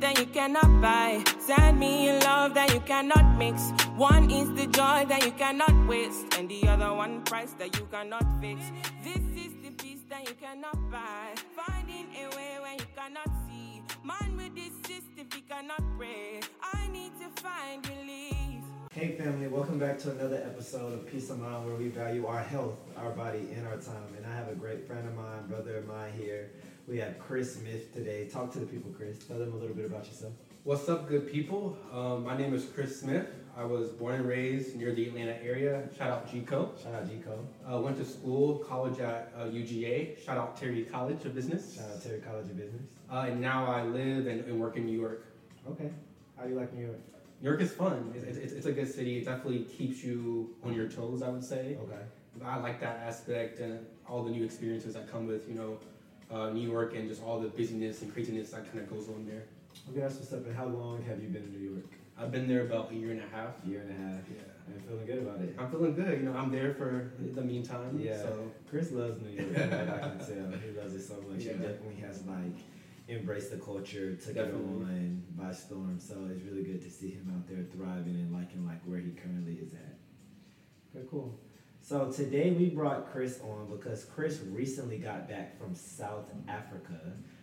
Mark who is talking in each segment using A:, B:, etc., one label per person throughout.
A: cannot buy. Send me a love that you cannot mix. One is the joy that you cannot waste, and the other one price that you cannot fix. This is the peace that you cannot buy. Finding a way when you cannot see. Man with this system, he cannot pray. I need to find relief.
B: Hey family, welcome back to another episode of Peace of Mind where we value our health, our body, and our time. And I have a great friend of mine, brother of mine here. We have Chris Smith today. Talk to the people, Chris. Tell them a little bit about yourself.
C: What's up, good people? Um, my name is Chris Smith. I was born and raised near the Atlanta area. Shout out GCO.
B: Shout out G Cole.
C: Uh, went to school, college at uh, UGA. Shout out Terry College of Business.
B: Shout out Terry College of Business.
C: Uh, and now I live and, and work in New York.
B: Okay. How you like New York?
C: New York is fun. It's, it's, it's a good city. It definitely keeps you on your toes, I would say.
B: Okay.
C: I like that aspect and all the new experiences that come with, you know, uh, New York and just all the busyness and craziness that kind of goes on there.
B: Okay, that's what's up. And how long have you been in New York?
C: I've been there about a year and a half.
B: A year and a half.
C: Yeah.
B: And feeling good about it.
C: I'm feeling good. You know, I'm there for the meantime.
B: Yeah.
C: So
B: Chris loves New York. that I can tell. He loves it so much.
C: Yeah.
B: He definitely has like embraced the culture, took
C: Definitely.
B: it on by storm. So it's really good to see him out there thriving and liking like where he currently is at. Okay, cool. So today we brought Chris on because Chris recently got back from South Africa.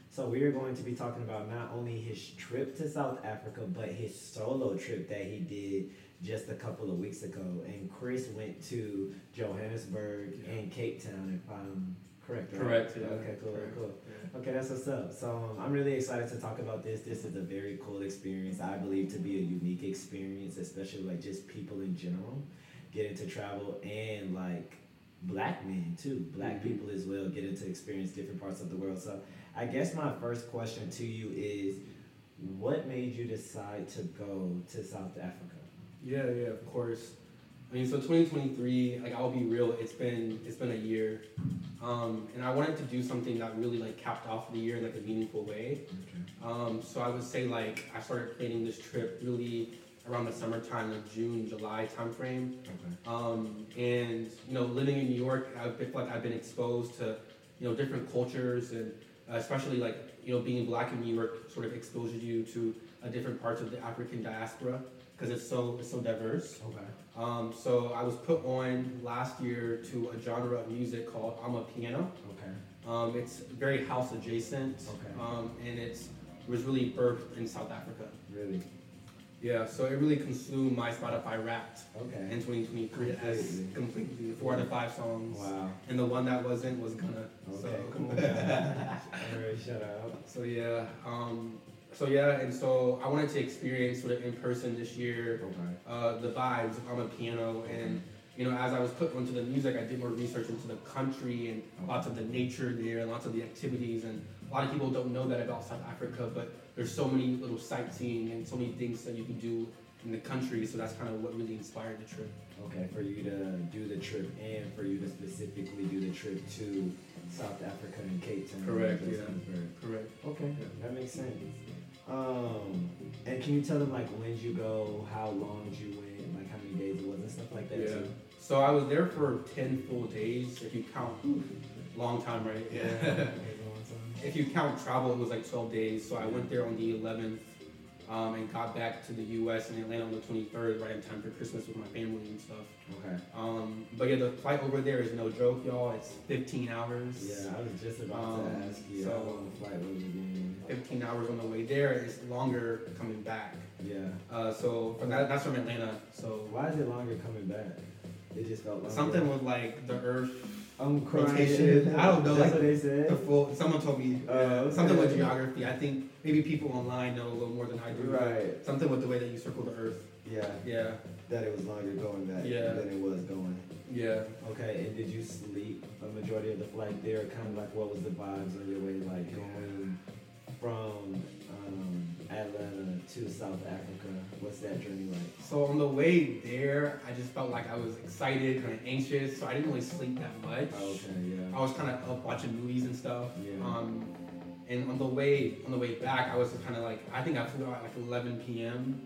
B: So we are going to be talking about not only his trip to South Africa, but his solo trip that he did just a couple of weeks ago. And Chris went to Johannesburg
C: Yeah.
B: and Cape Town, if I'm correct. Right?
C: Correct, yeah.
B: Okay. Cool.
C: Correct.
B: Cool. Okay, that's what's up. So um, I'm really excited to talk about this. This is a very cool experience. I believe to be a unique experience, especially like just people in general getting to travel and like black men too, black
C: Mhm.
B: people as well getting to experience different parts of the world. So I guess my first question to you is, what made you decide to go to South Africa?
C: yeah, yeah, of course. I mean, so 2023, like I'll be real, it's been it's been a year, um, and I wanted to do something that really like capped off the year in like a meaningful way.
B: Okay.
C: Um, so I would say like I started planning this trip really around the summertime, like June, July timeframe.
B: Okay.
C: Um, and you know, living in New York, I feel like I've been exposed to you know different cultures, and uh, especially like you know being black in New York sort of exposes you to uh, different parts of the African diaspora because it's so it's so diverse.
B: Okay.
C: Um, so I was put on last year to a genre of music called I'm a piano.
B: Okay.
C: Um, it's very house adjacent,
B: Okay.
C: um, and it's it was really birthed in South Africa.
B: Really.
C: Yeah, so it really consumed my Spotify Wrapped in
B: Okay.
C: 2023 as
B: Completely.
C: completely four out of five songs.
B: Oh, Wow.
C: And the one that wasn't was gonna.
B: Okay.
C: So,
B: cool. All right. Shut up.
C: so yeah, um, so yeah, and so I wanted to experience sort of in person this year
B: Okay.
C: uh, the vibes of I'm a piano and. You know, as I was put onto the music, I did more research into the country and lots of the nature there, and lots of the activities, and a lot of people don't know that about South Africa. But there's so many little sightseeing and so many things that you can do in the country. So that's kind of what really inspired the trip.
B: Okay, for you to do the trip and for you to specifically do the trip to South Africa and Cape Town.
C: Correct, yeah.
B: Johannesburg.
C: Correct.
B: Okay, that makes sense. Um, and can you tell them like when you go, how long you went, like how many days it was, and stuff like that
C: Yeah.
B: too?
C: So I was there for ten full days, if you count. Long time, right? if you count travel, it was like twelve days. So I went there on the eleventh, um, and got back to the U.S. in Atlanta on the twenty-third, right in time for Christmas with my family and stuff.
B: Okay.
C: Um, but yeah, the flight over there is no joke, y'all. It's fifteen hours.
B: Yeah, I was just about
C: Um,
B: to ask you
C: so-
B: how long the flight was again.
C: Fifteen hours on the way there. It's longer coming back.
B: Yeah.
C: Uh, so from that, that's from Atlanta. So
B: Why is it longer coming back? It just felt longer.
C: something with like the Earth
B: I'm crying.
C: rotation. I don't know,
B: That's
C: like,
B: what they said.
C: The full, someone told me
B: Oh,
C: uh, something with
B: okay.
C: geography. I think maybe people online know a little more than I do.
B: Right.
C: Something with the way that you circle the earth.
B: Yeah.
C: Yeah,
B: That it was longer going back
C: Yeah.
B: than it was going.
C: yeah.
B: Okay, and did you sleep a majority of the flight there? Kind of like what was the vibes on your way, like going from um, Atlanta to South Africa? What's that journey like?
C: So on the way there, I just felt like I was excited, kind of anxious. So I didn't really sleep that much. I
B: yeah.
C: was kind of up watching movies and stuff.
B: Oh, Yeah.
C: Um, and on the way on the way back, I was kind of like I think I flew out at like 11 p.m.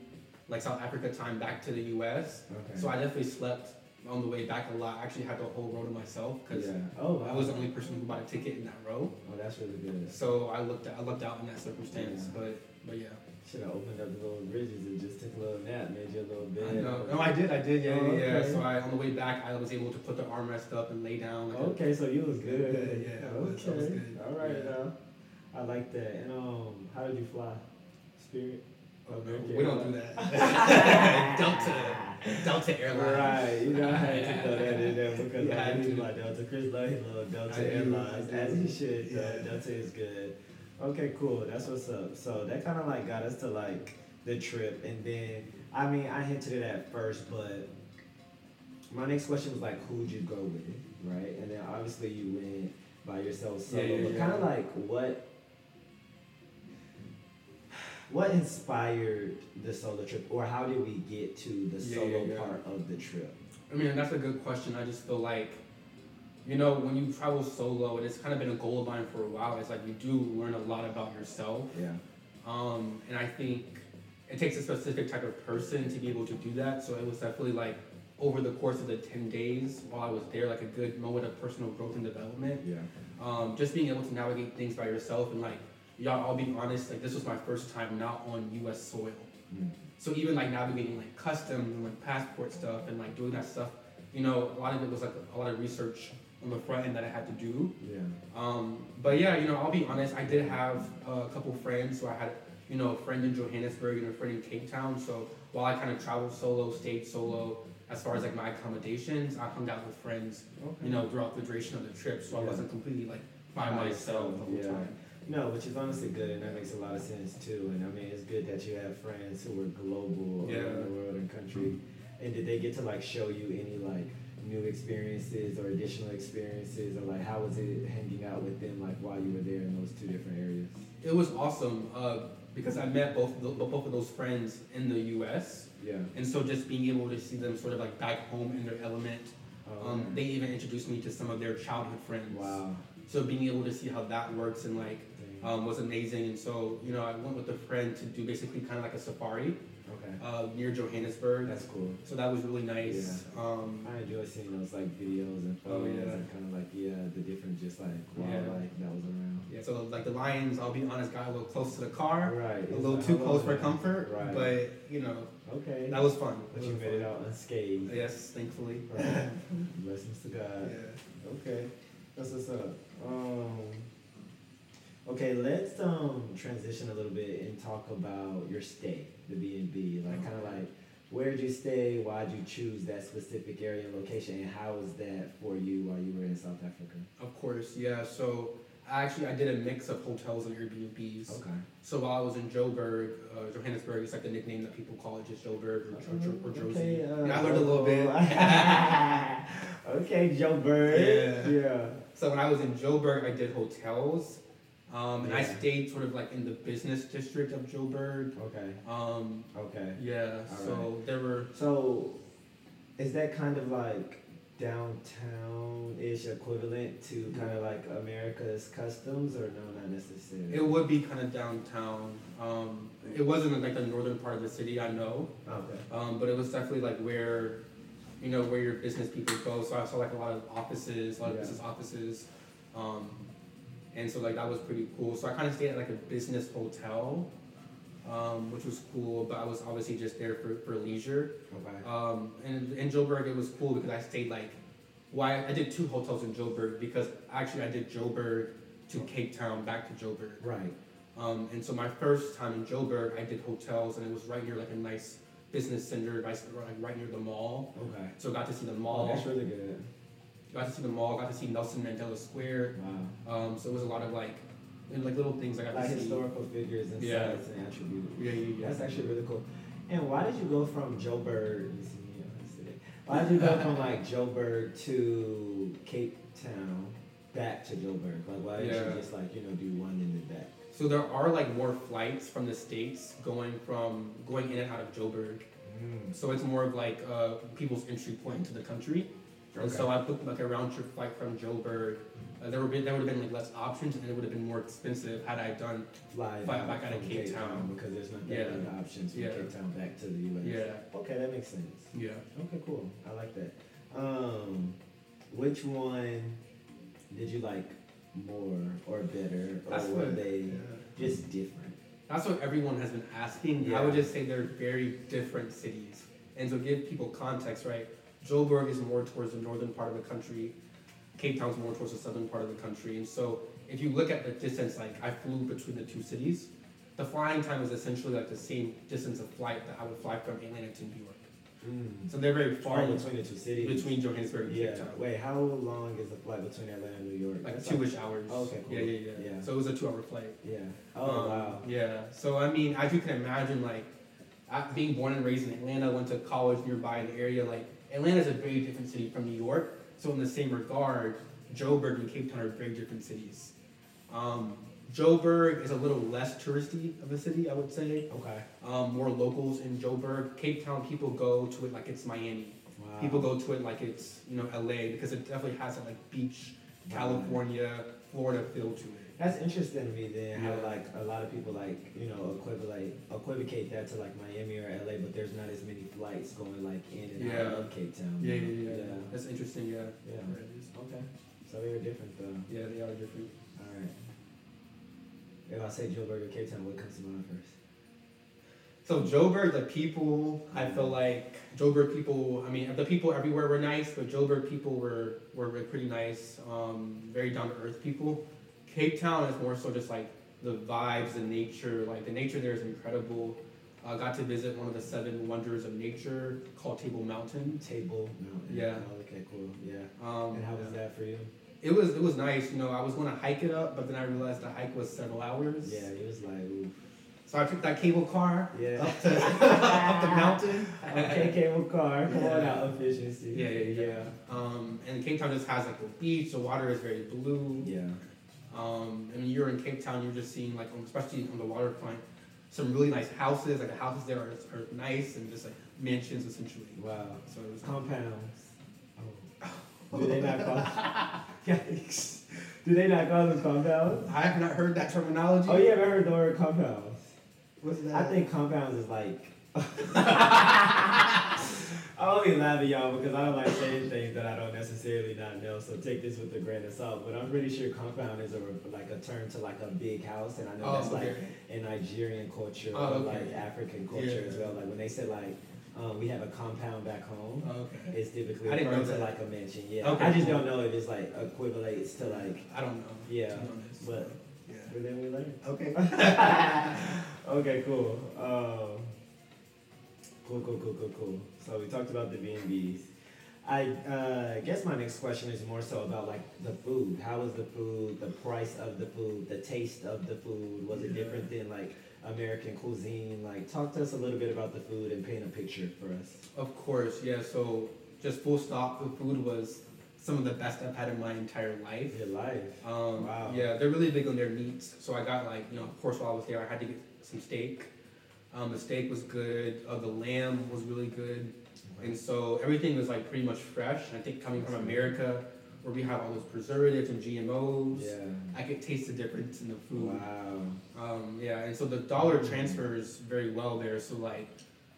C: like South Africa time back to the U.S.
B: Okay.
C: So I definitely slept on the way back a lot. I actually had the whole row to myself because
B: Oh,
C: I
B: wow.
C: was the only person who bought a ticket in that row.
B: Oh, that's really good.
C: So I looked I looked out in that circumstance,
B: Yeah.
C: but but yeah.
B: Should have opened up the little bridges and just took a little nap, made you a little bed.
C: I know. No, I did, I did, yeah,
B: Oh,
C: yeah, yeah.
B: okay.
C: So I on the way back, I was able to put the armrest up and lay down. Like
B: Okay, so you was
C: Yeah,
B: good.
C: yeah, that was-
B: Okay.
C: that was good.
B: All right
C: Yeah.
B: now. I like that. And um, how did you fly? Spirit.
C: a, oh, no,
B: Okay.
C: we don't do that. Delta, Delta Airlines.
B: Right, you know I had to throw that in there because
C: Yeah,
B: I
C: I
B: do
C: do.
B: like Delta. Chris love he love
C: I do,
B: Delta
C: I
B: Airlines
C: do.
B: as he should. though.
C: Yeah.
B: Delta is good. Okay, cool. That's what's up. So that kind of like got us to like the trip, and then I mean I hinted it at first, but my next question was like, who'd you go with, right? And then obviously you went by yourself solo,
C: Yeah, yeah,
B: but
C: yeah.
B: kind of like what what inspired the solo trip, or how did we get to the
C: Yeah,
B: solo
C: yeah, yeah.
B: part of the trip?
C: I mean, that's a good question. I just feel like, you know, when you travel solo, and it's kind of been a goal of mine for a while, it's like you do learn a lot about yourself.
B: Yeah.
C: Um, and I think it takes a specific type of person to be able to do that. So it was definitely like over the course of the 10 days while I was there, like a good moment of personal growth and development.
B: Yeah.
C: Um, just being able to navigate things by yourself and like, y'all, I'll be honest, like this was my first time not on US soil.
B: Mm.
C: So even like navigating like customs and like passport stuff and like doing that stuff, you know, a lot of it was like a lot of research on the front end that I had to do.
B: Yeah.
C: Um, but yeah, you know, I'll be honest, I did have uh, a couple friends. So I had, you know, a friend in Johannesburg and a friend in Cape Town. So while I kind of traveled solo, stayed solo, as far as like my accommodations, I hung out with friends,
B: Okay.
C: you know, throughout the duration of the trip. So I
B: Yeah.
C: wasn't completely like by
B: By
C: myself the whole
B: yourself, yeah.
C: time.
B: No, which is honestly good, and that makes a lot of sense too. And I mean, it's good that you have friends who are global
C: Yeah.
B: around the world and country. And did they get to like show you any like new experiences or additional experiences, or like how was it hanging out with them like while you were there in those two different areas?
C: It was awesome uh, because I met both tho- both of those friends in the U.S.
B: Yeah.
C: And so just being able to see them sort of like back home in their element. Um, they even introduced me to some of their childhood friends.
B: Oh. wow.
C: So being able to see how that works and like
B: Dang.
C: um, was amazing. And so you know I went with a friend to do basically kind of like a safari
B: okay.
C: uh, near Johannesburg.
B: That's cool.
C: so that was really nice. Um,
B: I enjoy seeing those like videos and
C: Oh,
B: photos
C: yeah.
B: and kind of like yeah the different just like
C: Yeah.
B: wildlife that was around.
C: yeah. So like the lions, I'll be honest, got a little close to the car,
B: Right.
C: a
B: it's
C: little
B: like,
C: too
B: hello
C: close for
B: there.
C: comfort.
B: Right.
C: But you know
B: okay.
C: that was fun.
B: But
C: It
B: you
C: was
B: made it
C: fun.
B: out unscathed.
C: Yes, thankfully.
B: Right. Blessings to God.
C: Yeah.
B: Okay, that's what's up. Um, okay, let's um transition a little bit and talk about your stay, the B and B. Like, kind of like, where'd you stay? Why'd you choose that specific area and location? And how was that for you while you were in South Africa?
C: Of course, yeah. So I actually I did a mix of hotels and Airbnbs.
B: Okay.
C: So while I was in Joburg, uh, Johannesburg is like the nickname that people call it, just Joburg or, Jo- Jo- or
B: Okay,
C: Josie.
B: uh,
C: yeah, I learned a little bit.
B: okay, Joe Bird.
C: Yeah.
B: Yeah.
C: so when I was in Joburg, I did hotels, um, and I
B: Yeah.
C: stayed sort of like in the business district of Joburg.
B: Okay.
C: Um,
B: Okay.
C: yeah.
B: All
C: so there were
B: So, is that kind of like downtown ish equivalent to kind of like America's customs, or no, not necessarily?
C: it would be kind of downtown. Um, it wasn't like the northern part of the city. I know.
B: okay.
C: Um, but it was definitely like where, you know, where your business people go. So I saw like a lot of offices, a lot of
B: Yeah.
C: business offices, um, and so like that was pretty cool. So I kind of stayed at like a business hotel, um, which was cool. But I was obviously just there for, for leisure.
B: Okay.
C: Um, and in Joburg, it was cool because I stayed like, why I did two hotels in Joburg because actually I did Joburg to Cape Town back to Joburg.
B: Right.
C: Um, and so my first time in Joburg, I did hotels, and it was right near like a nice business center, right, like right near the mall.
B: Okay.
C: So got to see the
B: Oh,
C: mall,
B: that's really good.
C: got to see the mall, got to see Nelson Mandela Square.
B: Wow.
C: Um, so it was a lot of like, you know, like little things I got
B: Like
C: to see.
B: historical figures and
C: Yeah.
B: sites and attributes.
C: Yeah, yeah, yeah.
B: That's actually really cool. And why did you go from Joburg? you see me on this today. Why did you go from like Joburg to Cape Town back to Joburg? Like, why didn't
C: Yeah.
B: you just like you know do one and then back?
C: So there are like more flights from the states going from going in and out of Joburg. So it's more of like uh, people's entry point to the country. And so I booked like a round trip flight from Joburg. Uh, there would be there would have been like less options, and it would have been more expensive had I done
B: fly
C: Fly
B: out
C: back out of
B: from
C: Cape Town.
B: because there's not that
C: Yeah.
B: many options from
C: Yeah.
B: Cape Town back to the U.S.
C: Yeah,
B: Okay, that makes sense.
C: yeah.
B: Okay, cool. I like that. Um, which one did you like more or better, or
C: That's
B: were
C: what-
B: they
C: yeah.
B: just different?
C: That's what everyone has been asking. I
B: Yeah.
C: would just say they're very different cities. And so give people context, right? Joburg is more towards the northern part of the country. Cape Town's more towards the southern part of the country. And so if you look at the distance, like I flew between the two cities, the flying time is essentially like the same distance of flight that I would fly from Atlanta to New York.
B: Mm.
C: So they're very far
B: Far
C: in
B: between the two cities.
C: between Johannesburg and
B: Yeah.
C: Cape Town.
B: Wait, how long is the flight between Atlanta and New York?
C: Like
B: That's
C: two-ish hours.
B: Oh, okay, cool.
C: Yeah, yeah, yeah,
B: Yeah.
C: So it was a two-hour flight.
B: Yeah. Oh
C: Um,
B: wow.
C: Yeah. So I mean, as you can imagine, like I, being born and raised in Atlanta, went to college nearby in the area. Like Atlanta's a very different city from New York. So in the same regard, Joburg and Cape Town are very different cities. Um, Joburg is a little less touristy of a city, I would say.
B: Okay.
C: Um, more locals in Joburg. Cape Town people go to it like it's Miami.
B: Wow.
C: People go to it like it's you know LA because it definitely has that like beach,
B: Right.
C: California, Florida feel to it.
B: That's interesting to me. Then
C: Yeah.
B: how like a lot of people like you know equivalent equivocate that to like Miami or LA, but there's not as many flights going like in and out
C: Yeah.
B: of Cape Town.
C: Yeah, yeah, yeah.
B: yeah.
C: That's interesting. Yeah.
B: Yeah.
C: There it is.
B: Okay. So they were different though.
C: Yeah, they are different.
B: All right. If I say Joburg or Cape Town, what comes to mind first?
C: So Joburg, the people, I feel like Joburg people. I mean, the people everywhere were nice, but Joburg people were were, were pretty nice. Um, very down to earth people. Cape Town is more so just like the vibes, the nature. Like the nature there is incredible. I got to visit one of the seven wonders of nature called Table Mountain.
B: Table Mountain.
C: Yeah.
B: Oh, okay. Cool. Yeah.
C: Um,
B: And how was
C: yeah.
B: that for you?
C: It was it was nice. You know, I was going to hike it up, but then I realized the hike was several hours.
B: Yeah. It was like. Ooh.
C: So I took that cable car
B: Yeah.
C: up to up the mountain.
B: okay. Cable car. Come on
C: Yeah.
B: out. Efficiency.
C: Yeah, yeah, yeah. Um, and Cape Town just has like the beach. The water is very blue.
B: Yeah.
C: Um, and when you're in Cape Town, you're just seeing like, on- especially on the waterfront, some really nice houses. Like the houses there are, are nice and just like mansions essentially.
B: Wow.
C: So it was
B: Compounds. Oh. Do they not call? Yikes. Do they not call them compounds?
C: I have not heard that terminology.
B: Oh, you haven't heard the word compounds?
C: What's that?
B: I think compounds is like. I only laugh at y'all because I don't like saying things that I don't necessarily not know. So take this with a grain of salt. But I'm pretty sure compound is a like a term to like a big house, and I know
C: Oh,
B: that's like
C: okay.
B: in Nigerian culture
C: Oh,
B: or
C: okay.
B: like African culture
C: Yeah.
B: as well. Like when they say like um, we have a compound back home,
C: Oh, okay.
B: it's typically
C: I didn't
B: referred
C: know
B: to
C: that.
B: like a mansion. Yeah,
C: Okay,
B: I just
C: cool.
B: don't know if it's like equivalates to like.
C: I don't know.
B: Yeah,
C: To be honest.
B: but-
C: yeah.
B: But then we learn.
C: Okay.
B: Okay, cool. Um, cool, cool, cool, cool, cool. So we talked about the B and B's. I uh, guess my next question is more so about like the food. How was the food? The price of the food? The taste of the food? Was it
C: Yeah.
B: different than like American cuisine? Like, talk to us a little bit about the food and paint a picture for us.
C: Of course, yeah. So just full stop, the food was some of the best I've had in my entire life.
B: Your life.
C: Um,
B: Wow.
C: Yeah, they're really big on their meats. So I got like, you know, of course, while I was there, I had to get some steak. Um, the steak was good. Uh, the lamb was really good, and so everything was like pretty much fresh. And I think coming from America, where we have all those preservatives and GMOs,
B: Yeah.
C: I could taste the difference in the food.
B: Wow.
C: Um, yeah, and so the dollar
B: Mm-hmm.
C: transfers very well there. So like,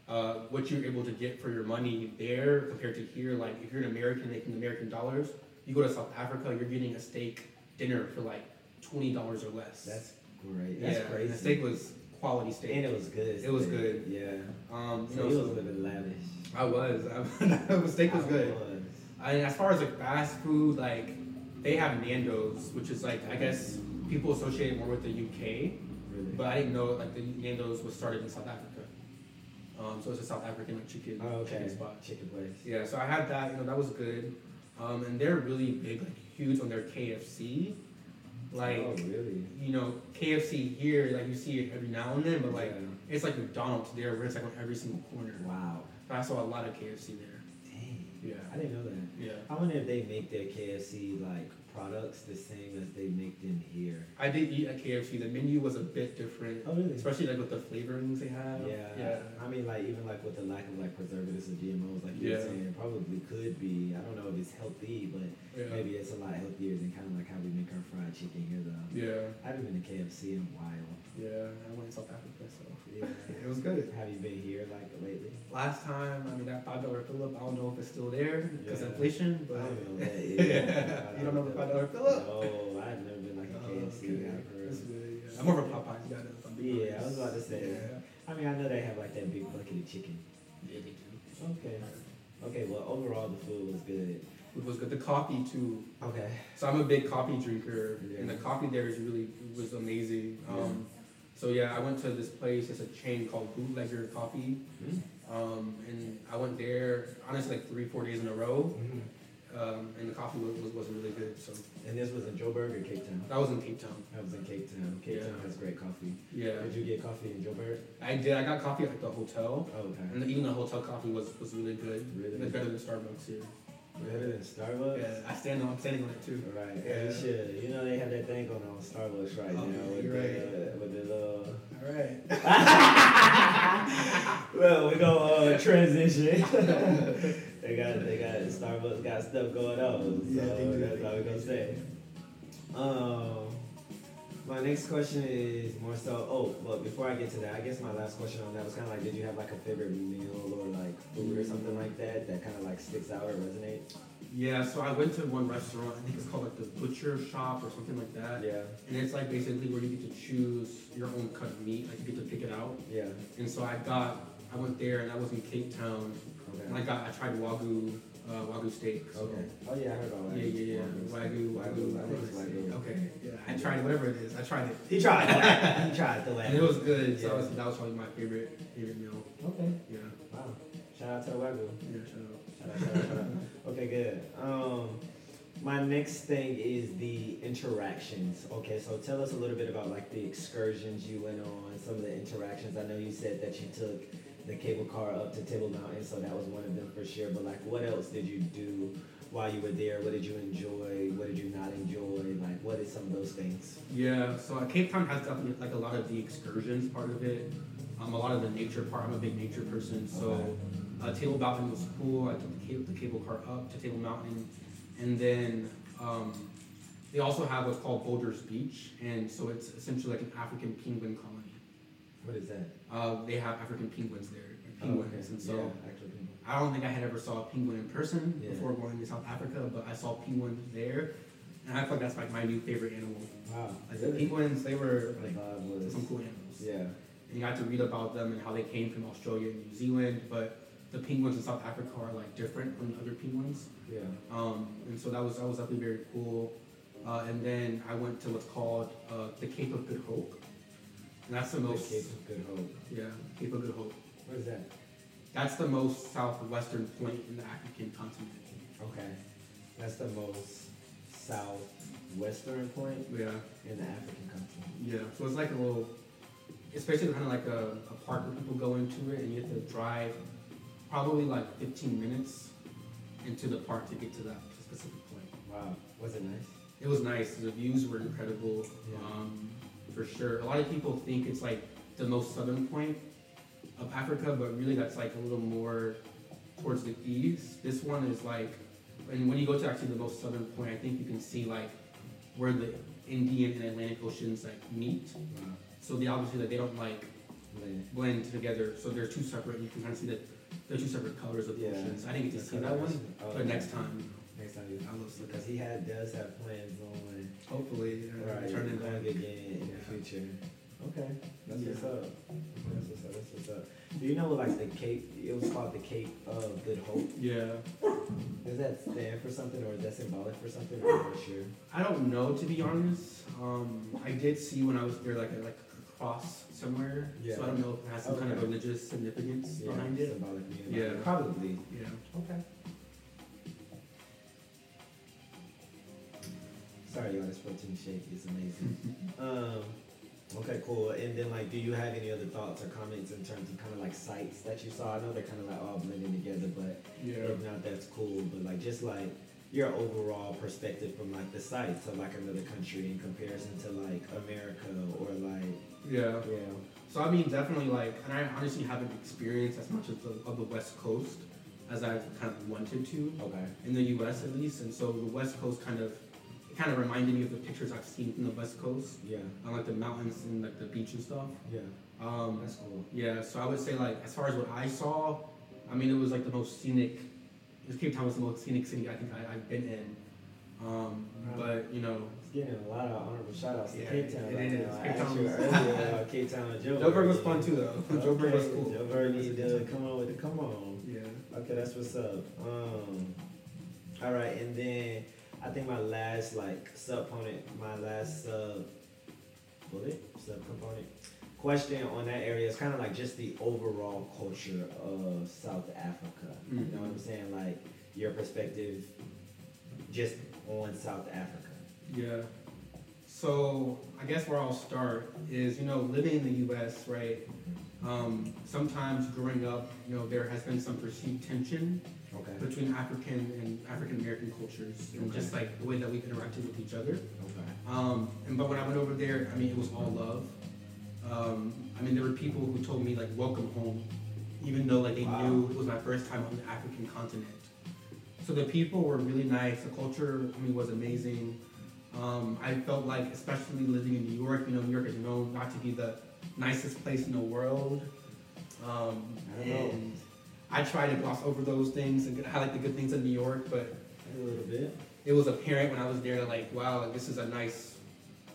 C: uh, what you're able to get for your money there compared to here, like if you're an American making American dollars, you go to South Africa, you're getting a steak dinner for like twenty dollars or less.
B: That's great.
C: yeah,
B: That's
C: and
B: crazy.
C: The steak was quality steak.
B: and it was good.
C: It was
B: steak.
C: good.
B: Yeah.
C: um, you
B: So
C: know,
B: he
C: so
B: was living lavish.
C: I was. I, the steak was
B: I
C: good.
B: was.
C: And as far as like fast food, like they have Nando's, which is like I guess people associate it more with the UK.
B: Really.
C: But I didn't know like the Nando's was started in South Africa. Um, so it's a South African like chicken,
B: Oh, okay.
C: chicken spot.
B: Chicken place.
C: Yeah, so I had that. You know, that was good. Um, and they're really big, like huge on their KFC. Like
B: oh, really?
C: you know, KFC here, like you see it every now and then, but like
B: Yeah.
C: it's like McDonald's there, where it's like on every single corner.
B: Wow.
C: I saw a lot of KFC there.
B: Dang.
C: Yeah,
B: I didn't know that.
C: yeah.
B: I wonder if they make their KFC like products the same as they make them here.
C: I did eat at KFC. The menu was a bit different,
B: Oh, really?
C: especially like with the flavorings they have.
B: Yeah.
C: yeah.
B: I mean, like even like with the lack of like preservatives and GMOs, like you were
C: Yeah.
B: saying, it probably could be. I don't know if it's healthy, but
C: Yeah.
B: maybe it's a lot healthier than kind of like how we make our fried chicken here, though.
C: Yeah,
B: I haven't been to KFC in a while.
C: yeah. I went to South Africa, so.
B: Yeah.
C: It was good.
B: Have you been here like lately?
C: Last time, I mean, that five dollar fill up. I don't know if it's still there because
B: Yeah.
C: inflation, but
B: I don't know.
C: you don't know Oh, the five dollar fill up.
B: No, I've never been like a KFC. guy, for real.
C: That's good. Yeah. I'm more of a Popeyes guy. though, if I'm being
B: Yeah, I was
C: honest.
B: about to say. I
C: Yeah.
B: mean, I know they have like that big bucket of chicken.
C: Yeah, they do.
B: Okay. Okay. Well, overall the food was good.
C: It was good. The coffee too.
B: Okay.
C: So I'm a big coffee drinker,
B: Yeah.
C: and the coffee there is really was amazing. Um, So yeah, I went to this place. It's a chain called Bootlegger Coffee,
B: Hmm?
C: um, and I went there honestly like three, four days in a row, um, and the coffee was, was, was really good. So
B: And this was in Joburg or Cape Town?
C: that was in Cape Town.
B: I was in Cape Town. Cape
C: Yeah.
B: Town has great coffee.
C: Yeah,
B: Did you get coffee in Joburg?
C: I did. I got coffee at the hotel,
B: Oh, okay.
C: and even the hotel coffee was, was really good.
B: Really?
C: It's better than Starbucks here.
B: Better than Starbucks.
C: Yeah, I stand on. I'm standing on it too.
B: Right.
C: Yeah.
B: You should. You know they have that thing going on with Starbucks right
C: Oh,
B: now with
C: you're
B: the with the little.
C: All right.
B: Well, we gonna uh, transition. they got they got Starbucks got stuff going on, so
C: Yeah, they do.
B: that's all we gonna say. Um, my next question is more so. Oh, but before I get to that, I guess my last question on that was kind of like, did you have like a favorite meal or like food or something like that that kind of like sticks out or resonates?
C: Yeah, so I went to one restaurant. I think it's called like the butcher shop or something like that.
B: Yeah,
C: And it's like basically where you get to choose your own cut of meat, like you get to pick it out.
B: yeah.
C: And so I got, I went there and I was in Cape Town, and I
B: Okay.
C: got, I tried wagyu, uh, wagyu steak. So.
B: Okay. Oh yeah, I heard all that.
C: Yeah, yeah, yeah. Wagyu, wagyu,
B: I think
C: wagyu,
B: it's
C: steak.
B: wagyu.
C: Okay. Yeah, I tried whatever it is. I tried it,
B: He tried. he tried the last.
C: and it was good. So
B: Yeah.
C: that was, that was probably my favorite favorite meal.
B: Okay.
C: Yeah.
B: Wow. Shout out to the wagyu.
C: Yeah. Shout out.
B: Shout out, shout out, shout out. Okay, good. Um, my next thing is the interactions. Okay, so tell us a little bit about like the excursions you went on, some of the interactions. I know you said that you took the cable car up to Table Mountain, so that was one of them for sure. But like, what else did you do while you were there? What did you enjoy? What did you not enjoy? Like, what is some of those things?
C: Yeah, so uh, Cape Town has definitely like a lot of the excursions part of it. Um, a lot of the nature part. I'm a big nature person, so uh, Table Mountain was cool. I took the cable, the cable car up to Table Mountain, and then um, they also have what's called Boulder's Beach, and so it's essentially like an African penguin colony.
B: What is that?
C: Uh, they have African penguins there, like penguins, and so.
B: Oh, yeah, actual penguin.
C: I don't think I had ever saw a penguin in person
B: Yeah.
C: before going to South Africa, but I saw penguins there, and I feel like that's like my new favorite animal.
B: Wow,
C: Like the penguins, they were
B: The
C: like
B: vibe was-
C: some cool animals.
B: Yeah,
C: And you got to read about them and how they came from Australia and New Zealand, but the penguins in South Africa are like different from the other penguins.
B: yeah.
C: Um, and so that was that was definitely very cool. Uh, and then I went to what's called uh, the Cape of Good Hope, and that's the
B: The
C: most
B: Cape of Good Hope.
C: yeah Cape of Good Hope.
B: What is that?
C: That's the most southwestern point in the African continent.
B: Okay. That's the most southwestern point
C: Yeah,
B: in the African continent.
C: yeah. So it's like a little, it's basically kind of like a, a park where people go into it, and you have to drive probably like 15 minutes into the park to get to that specific point.
B: Wow. Was it nice?
C: It was nice. The views were incredible,
B: Yeah.
C: um, for sure. A lot of people think it's like the most southern point of Africa, but really that's like a little more towards the east. This one is like, and when you go to actually the most southern point, I think you can see like where the Indian and Atlantic oceans like meet.
B: Wow.
C: So they obviously like, they don't like
B: Lit.
C: blend together. So they're two separate. You can kind of see that they're two separate colors of the
B: Yeah.
C: oceans. I didn't get to see that one,
B: Oh,
C: but
B: okay.
C: next time,
B: Next time you
C: I will see
B: because he had does have plans on
C: hopefully, uh,
B: right,
C: turn it
B: going
C: back.
B: again in
C: Yeah.
B: the future. Okay. That's
C: Yeah.
B: what's up. That's what's up. That's what's up. Do you know like the Cape it was called the Cape of Good Hope?
C: Yeah.
B: Does that stand for something or is that symbolic for something? I'm not sure.
C: I don't know to be honest. Um, I did see when I was there like a, like a cross somewhere,
B: Yeah.
C: so I don't know if it has some kind of
B: Okay.
C: religious significance
B: Yeah,
C: behind it.
B: symbolic meaning.
C: Yeah.
B: Probably.
C: Yeah.
B: Okay. Sorry, y'all. This protein shake is amazing. um, okay, cool. And then, like, do you have any other thoughts or comments in terms of kind of like sites that you saw? I know they're kind of like all blending together, but if not, that's cool. But like, just like your overall perspective from like the sites of like another country in comparison to like America or like
C: Yeah.
B: yeah,
C: So I mean, definitely like, and I honestly haven't experienced as much of the, of the West Coast as I've kind of wanted to
B: okay,
C: in the U.S. at least, and so the West Coast kind of it kind of reminded me of the pictures I've seen from the West Coast,
B: yeah,
C: on like the mountains and like the beach and stuff.
B: yeah,
C: Um,
B: That's cool.
C: yeah, so I would say like as far as what I saw, I mean it was like the most scenic. Because Cape Town was the most scenic city I think I, I've been in. Um,
B: Right.
C: But you know,
B: It's getting a lot of honorable shout outs to
C: Yeah,
B: Cape Town.
C: it
B: right
C: is.
B: now. I
C: Cape
B: asked
C: Town
B: you
C: was-
B: earlier about Cape Town and Joburg.
C: Joburg was fun too though. Joburg was
B: Okay,
C: cool.
B: Joburg
C: was a
B: need
C: good
B: to
C: time.
B: come on with the come on.
C: Yeah.
B: Okay, that's what's up. Um, all right, and then I think my last like subcomponent, my last sub bullet subcomponent question on that area is kind of like just the overall culture of South Africa. You know what
C: Mm-hmm.
B: I'm saying? Like your perspective, just on South Africa.
C: Yeah. So I guess where I'll start is you know living in the U.S. right. Um, sometimes growing up, you know, there has been some perceived tension
B: Okay.
C: between African and African American cultures, and just like the way that we interacted with each other.
B: Okay.
C: Um, and but when I went over there, I mean, it was all love. Um, I mean, there were people who told me like "Welcome home," even though like they
B: Wow.
C: knew it was my first time on the African continent. So the people were really nice. The culture, I mean, was amazing. Um, I felt like, especially living in New York, you know, New York is known not to be the nicest place in the world. Um,
B: I don't know.
C: and I try to gloss over those things and highlight the good things in New York, but
B: A little bit.
C: it was apparent when I was there, like, wow, like, this is a nice,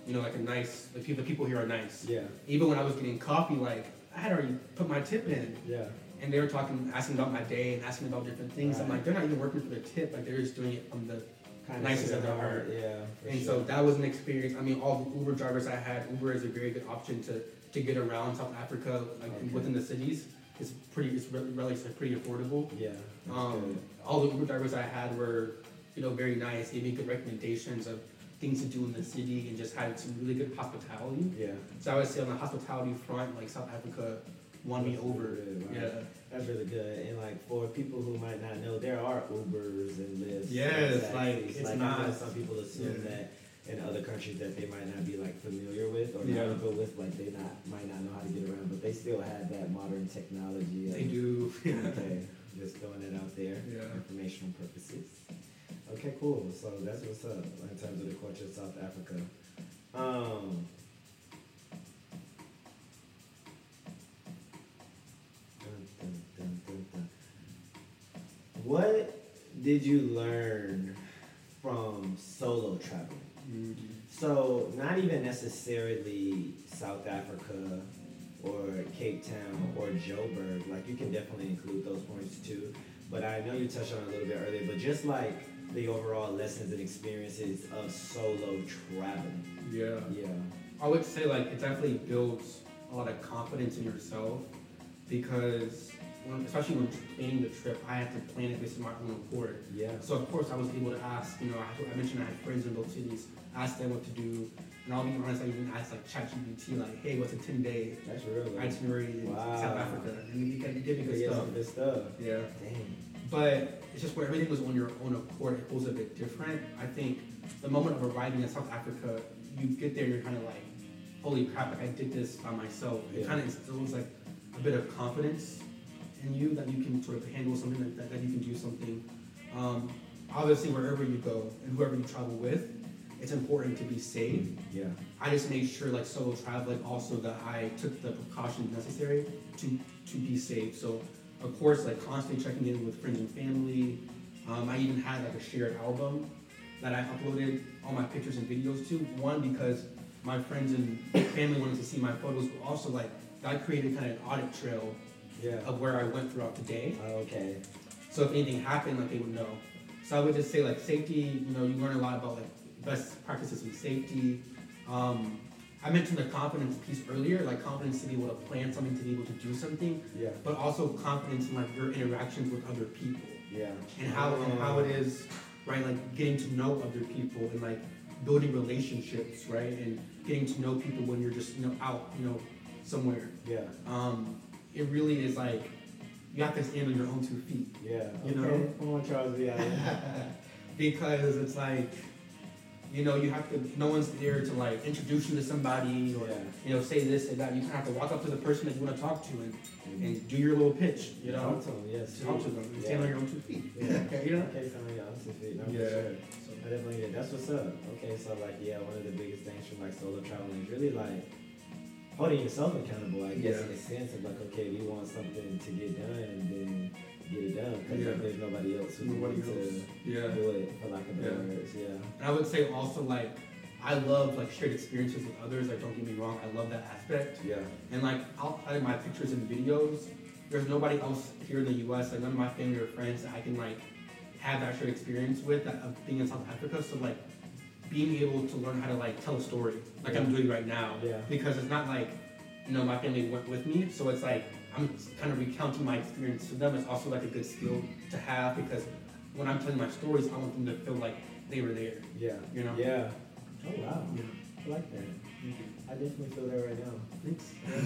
C: you know, like a nice, the people, the people here are nice.
B: Yeah.
C: Even when I was getting coffee, like, I had already put my tip in,
B: Yeah.
C: and they were talking, asking about my day and asking about different things. I'm
B: Right.
C: like, they're not even working for their tip, like, they're just doing it on the.
B: Kinda
C: Nice as
B: sure.
C: ever heard.
B: Yeah. for
C: and
B: sure.
C: so that was an experience. I mean, all the Uber drivers I had, Uber is a very good option to, to get around South Africa, like,
B: Okay.
C: within the cities. It's pretty, it's really, really it's pretty affordable.
B: yeah. that's
C: Um, all the Uber drivers I had were, you know, very nice, gave me good recommendations of things to do in the city and just had some really good hospitality.
B: good. Yeah.
C: So I would say on the hospitality front, like South Africa won me over.
B: Good, right.
C: Yeah.
B: That's really good. And like for people who might not know, there are Ubers and Lyfts.
C: Yes,
B: and
C: like,
B: taxis.
C: it's
B: like I know
C: not-
B: some people assume
C: yeah.
B: that in other countries that they might not be like familiar with or
C: Yeah.
B: comfortable with, like they not might not know how to get around, but they still have that modern technology. of-
C: They do. Yeah.
B: Okay, just throwing it out there,
C: Yeah.
B: informational purposes. Okay, cool. So that's what's up in terms of the culture of South Africa. Um, dun, dun, dun, dun, dun. What did you learn from solo traveling? So, not even necessarily South Africa or Cape Town or Joburg. Like, you can definitely include those points too. But I know you touched on it a little bit earlier, but just like the overall lessons and experiences of solo traveling.
C: Yeah.
B: Yeah.
C: I would say like it definitely builds a lot of confidence in yourself because when, especially when planning the trip, I had to plan it based on my own accord.
B: Yeah.
C: So of course I was able to ask, you know, I, I mentioned I had friends in both cities, asked them what to do, and I'll be honest, I even asked like ChatGPT, like, hey, what's a 10 day
B: That's real. man.
C: itinerary in
B: Wow.
C: South Africa? And you get, you get me
B: Yeah,
C: good
B: yeah,
C: stuff.
B: some good stuff.
C: Yeah.
B: Dang.
C: But it's just where everything was on your own accord, it was a bit different. I think the moment of arriving in South Africa, you get there and you're kind of like, holy crap, like I did this by myself.
B: Yeah.
C: It kind of instills like a bit of confidence in you that you can sort of handle something, that, that, that you can do something. Um, obviously, wherever you go and whoever you travel with, it's important to be safe.
B: Yeah.
C: I just made sure, like solo traveling, also that I took the precautions necessary to to be safe. So, of course, like constantly checking in with friends and family. Um, I even had like a shared album that I uploaded all my pictures and videos to. One because my friends and family wanted to see my photos, but also like that created kind of an audit trail
B: Yeah. Oh,
C: of where I went throughout the day.
B: Okay.
C: So if anything happened, like they would know. So I would just say like safety. You know, you learn a lot about like best practices in safety. Um, I mentioned the confidence piece earlier, like confidence to be able to plan something, to be able to do something,
B: Yeah.
C: but also confidence in like your interactions with other people
B: Yeah. Um,
C: and how and how it is, right? Like getting to know other people and like building relationships, right? And getting to know people when you're just you know out, you know, somewhere.
B: Yeah.
C: Um, it really is like you have to stand on your own two feet
B: Yeah.
C: You know?
B: Okay. Come on, Charles. Yeah. yeah.
C: because it's like you know you have to no one's there to like introduce you to somebody or
B: Yeah.
C: you know say this and that you kind of have to walk up to the person that you want to talk to and, and do your little pitch you know
B: Talk to him. Yes.
C: talk to them and stand on your own two feet
B: Yeah.
C: you know
B: Okay, so yeah, I'm so fit, no, for sure.
C: Yeah. So-
B: I definitely did. That's what's up. Okay, so like yeah, one of the biggest things from like solo traveling is really like holding yourself accountable, I guess,
C: Yeah.
B: in a sense of like, okay, we want something to get done, and then get it done because
C: Yeah.
B: there's nobody else who's
C: Nobody
B: willing
C: else.
B: to
C: Yeah.
B: do it, for lack of better
C: Yeah.
B: words. Yeah.
C: And I would say also like I love like shared experiences with others. Like don't get me wrong, I love that aspect.
B: Yeah.
C: And like outside of my pictures and videos, there's nobody else here in the U.S. Like none of my family or friends that I can like have that shared experience with that of being in South Africa. So like being able to learn how to like tell a story like I'm doing right now.
B: Yeah.
C: Because it's not like you know my family went with me, so it's like I'm kind of recounting my experience to them. It's also like a good skill to have because when I'm telling my stories, I want them to feel like they were there.
B: Yeah.
C: You know?
B: Yeah. Oh wow.
C: Yeah.
B: I like that. I definitely feel that right now.
C: Thanks.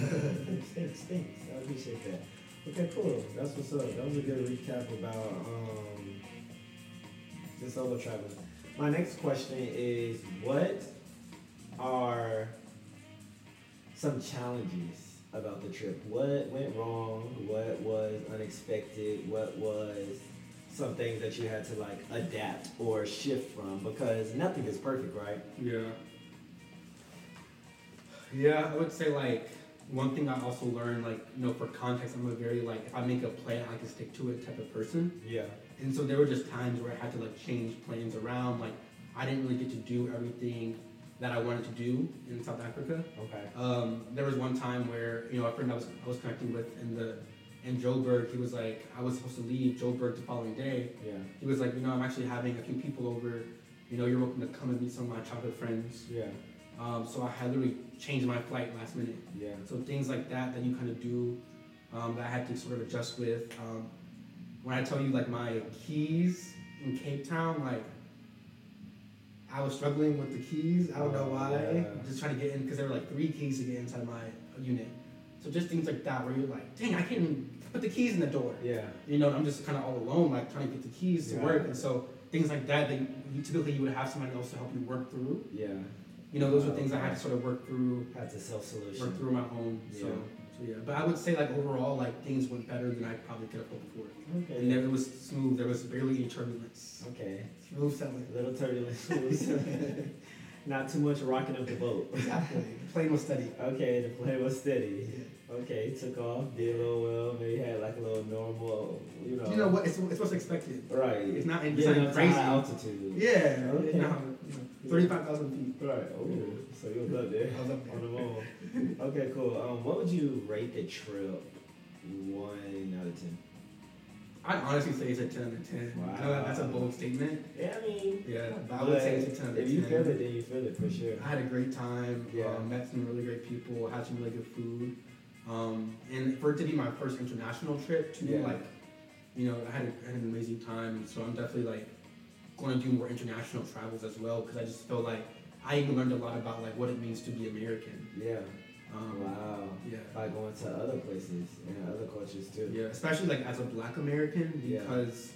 B: thanks, thanks. I appreciate that. Okay, cool. That's what's up. That was a good recap about um, the solo travel. My next question is what are some challenges about the trip? What went wrong? What was unexpected? What was some things that you had to like adapt or shift from? Because nothing is perfect, right?
C: Yeah. Yeah, I would say like one thing I also learned, like, you know, for context, I'm a very like if I make a plan, I can stick to it type of person.
B: Yeah.
C: And so there were just times where I had to like change plans around. Like I didn't really get to do everything that I wanted to do in South Africa.
B: Okay.
C: Um, there was one time where you know a friend I was I was connecting with in the in Joburg, he was like I was supposed to leave Joburg the following day,
B: Yeah.
C: he was like, you know, I'm actually having a few people over. You know, you're welcome to come and meet some of my childhood friends.
B: Yeah.
C: Um, so I had literally changed my flight last minute.
B: Yeah.
C: So things like that that you kind of do um, that I had to sort of adjust with. Um, when I tell you like my keys in Cape Town, like I was struggling with the keys. I don't know why.
B: Oh, Yeah.
C: Just trying to get in because there were like three keys to get inside my unit. So just things like that where you're like, dang, I can't even put the keys in the door
B: Yeah.
C: you know, I'm just kind of all alone, like trying to get the keys to
B: Yeah.
C: work, and so things like that that you, typically you would have somebody else to help you work through.
B: Yeah.
C: You know, those are
B: Oh,
C: things I had
B: okay.
C: to sort of work through,
B: That's a self solution.
C: work through my own. So,
B: Yeah.
C: so yeah. But I would say like overall, like things went better than I probably could have hoped for,
B: Okay.
C: and there, it was smooth. There was barely any turbulence.
B: Okay.
C: Smooth sailing.
B: A little turbulence. Not too much rocking of the boat.
C: Exactly. the plane was steady.
B: Okay, the plane was steady. Okay, took off, did a little well, maybe had like a little normal, you know.
C: You know what? It's, it's what's expected.
B: Right.
C: It's not it's
B: Getting
C: not
B: up to
C: crazy.
B: high altitude.
C: Yeah.
B: Okay.
C: You know, Thirty-five thousand feet.
B: Right. Oh, so you was up there
C: I was up there.
B: on the moon. Okay, cool. Um, what would you rate the trip? One out of ten.
C: I'd honestly say it's a ten out of ten. I know that, that's a bold statement.
B: Yeah, I mean,
C: Yeah, but I would say it's a ten out of
B: If you
C: ten.
B: feel it, then you feel it for sure.
C: I had a great time.
B: Yeah.
C: Um, met some really great people. Had some really good food. Um, and for it to be my first international trip, to
B: Yeah.
C: like, you know, I had, a, I had an amazing time. So I'm definitely like going to do more international travels as well because I just feel like I even learned a lot about like what it means to be American.
B: Yeah.
C: Um,
B: Wow.
C: Yeah.
B: By going to other places and other cultures too.
C: Yeah, especially like as a Black American
B: Yeah.
C: because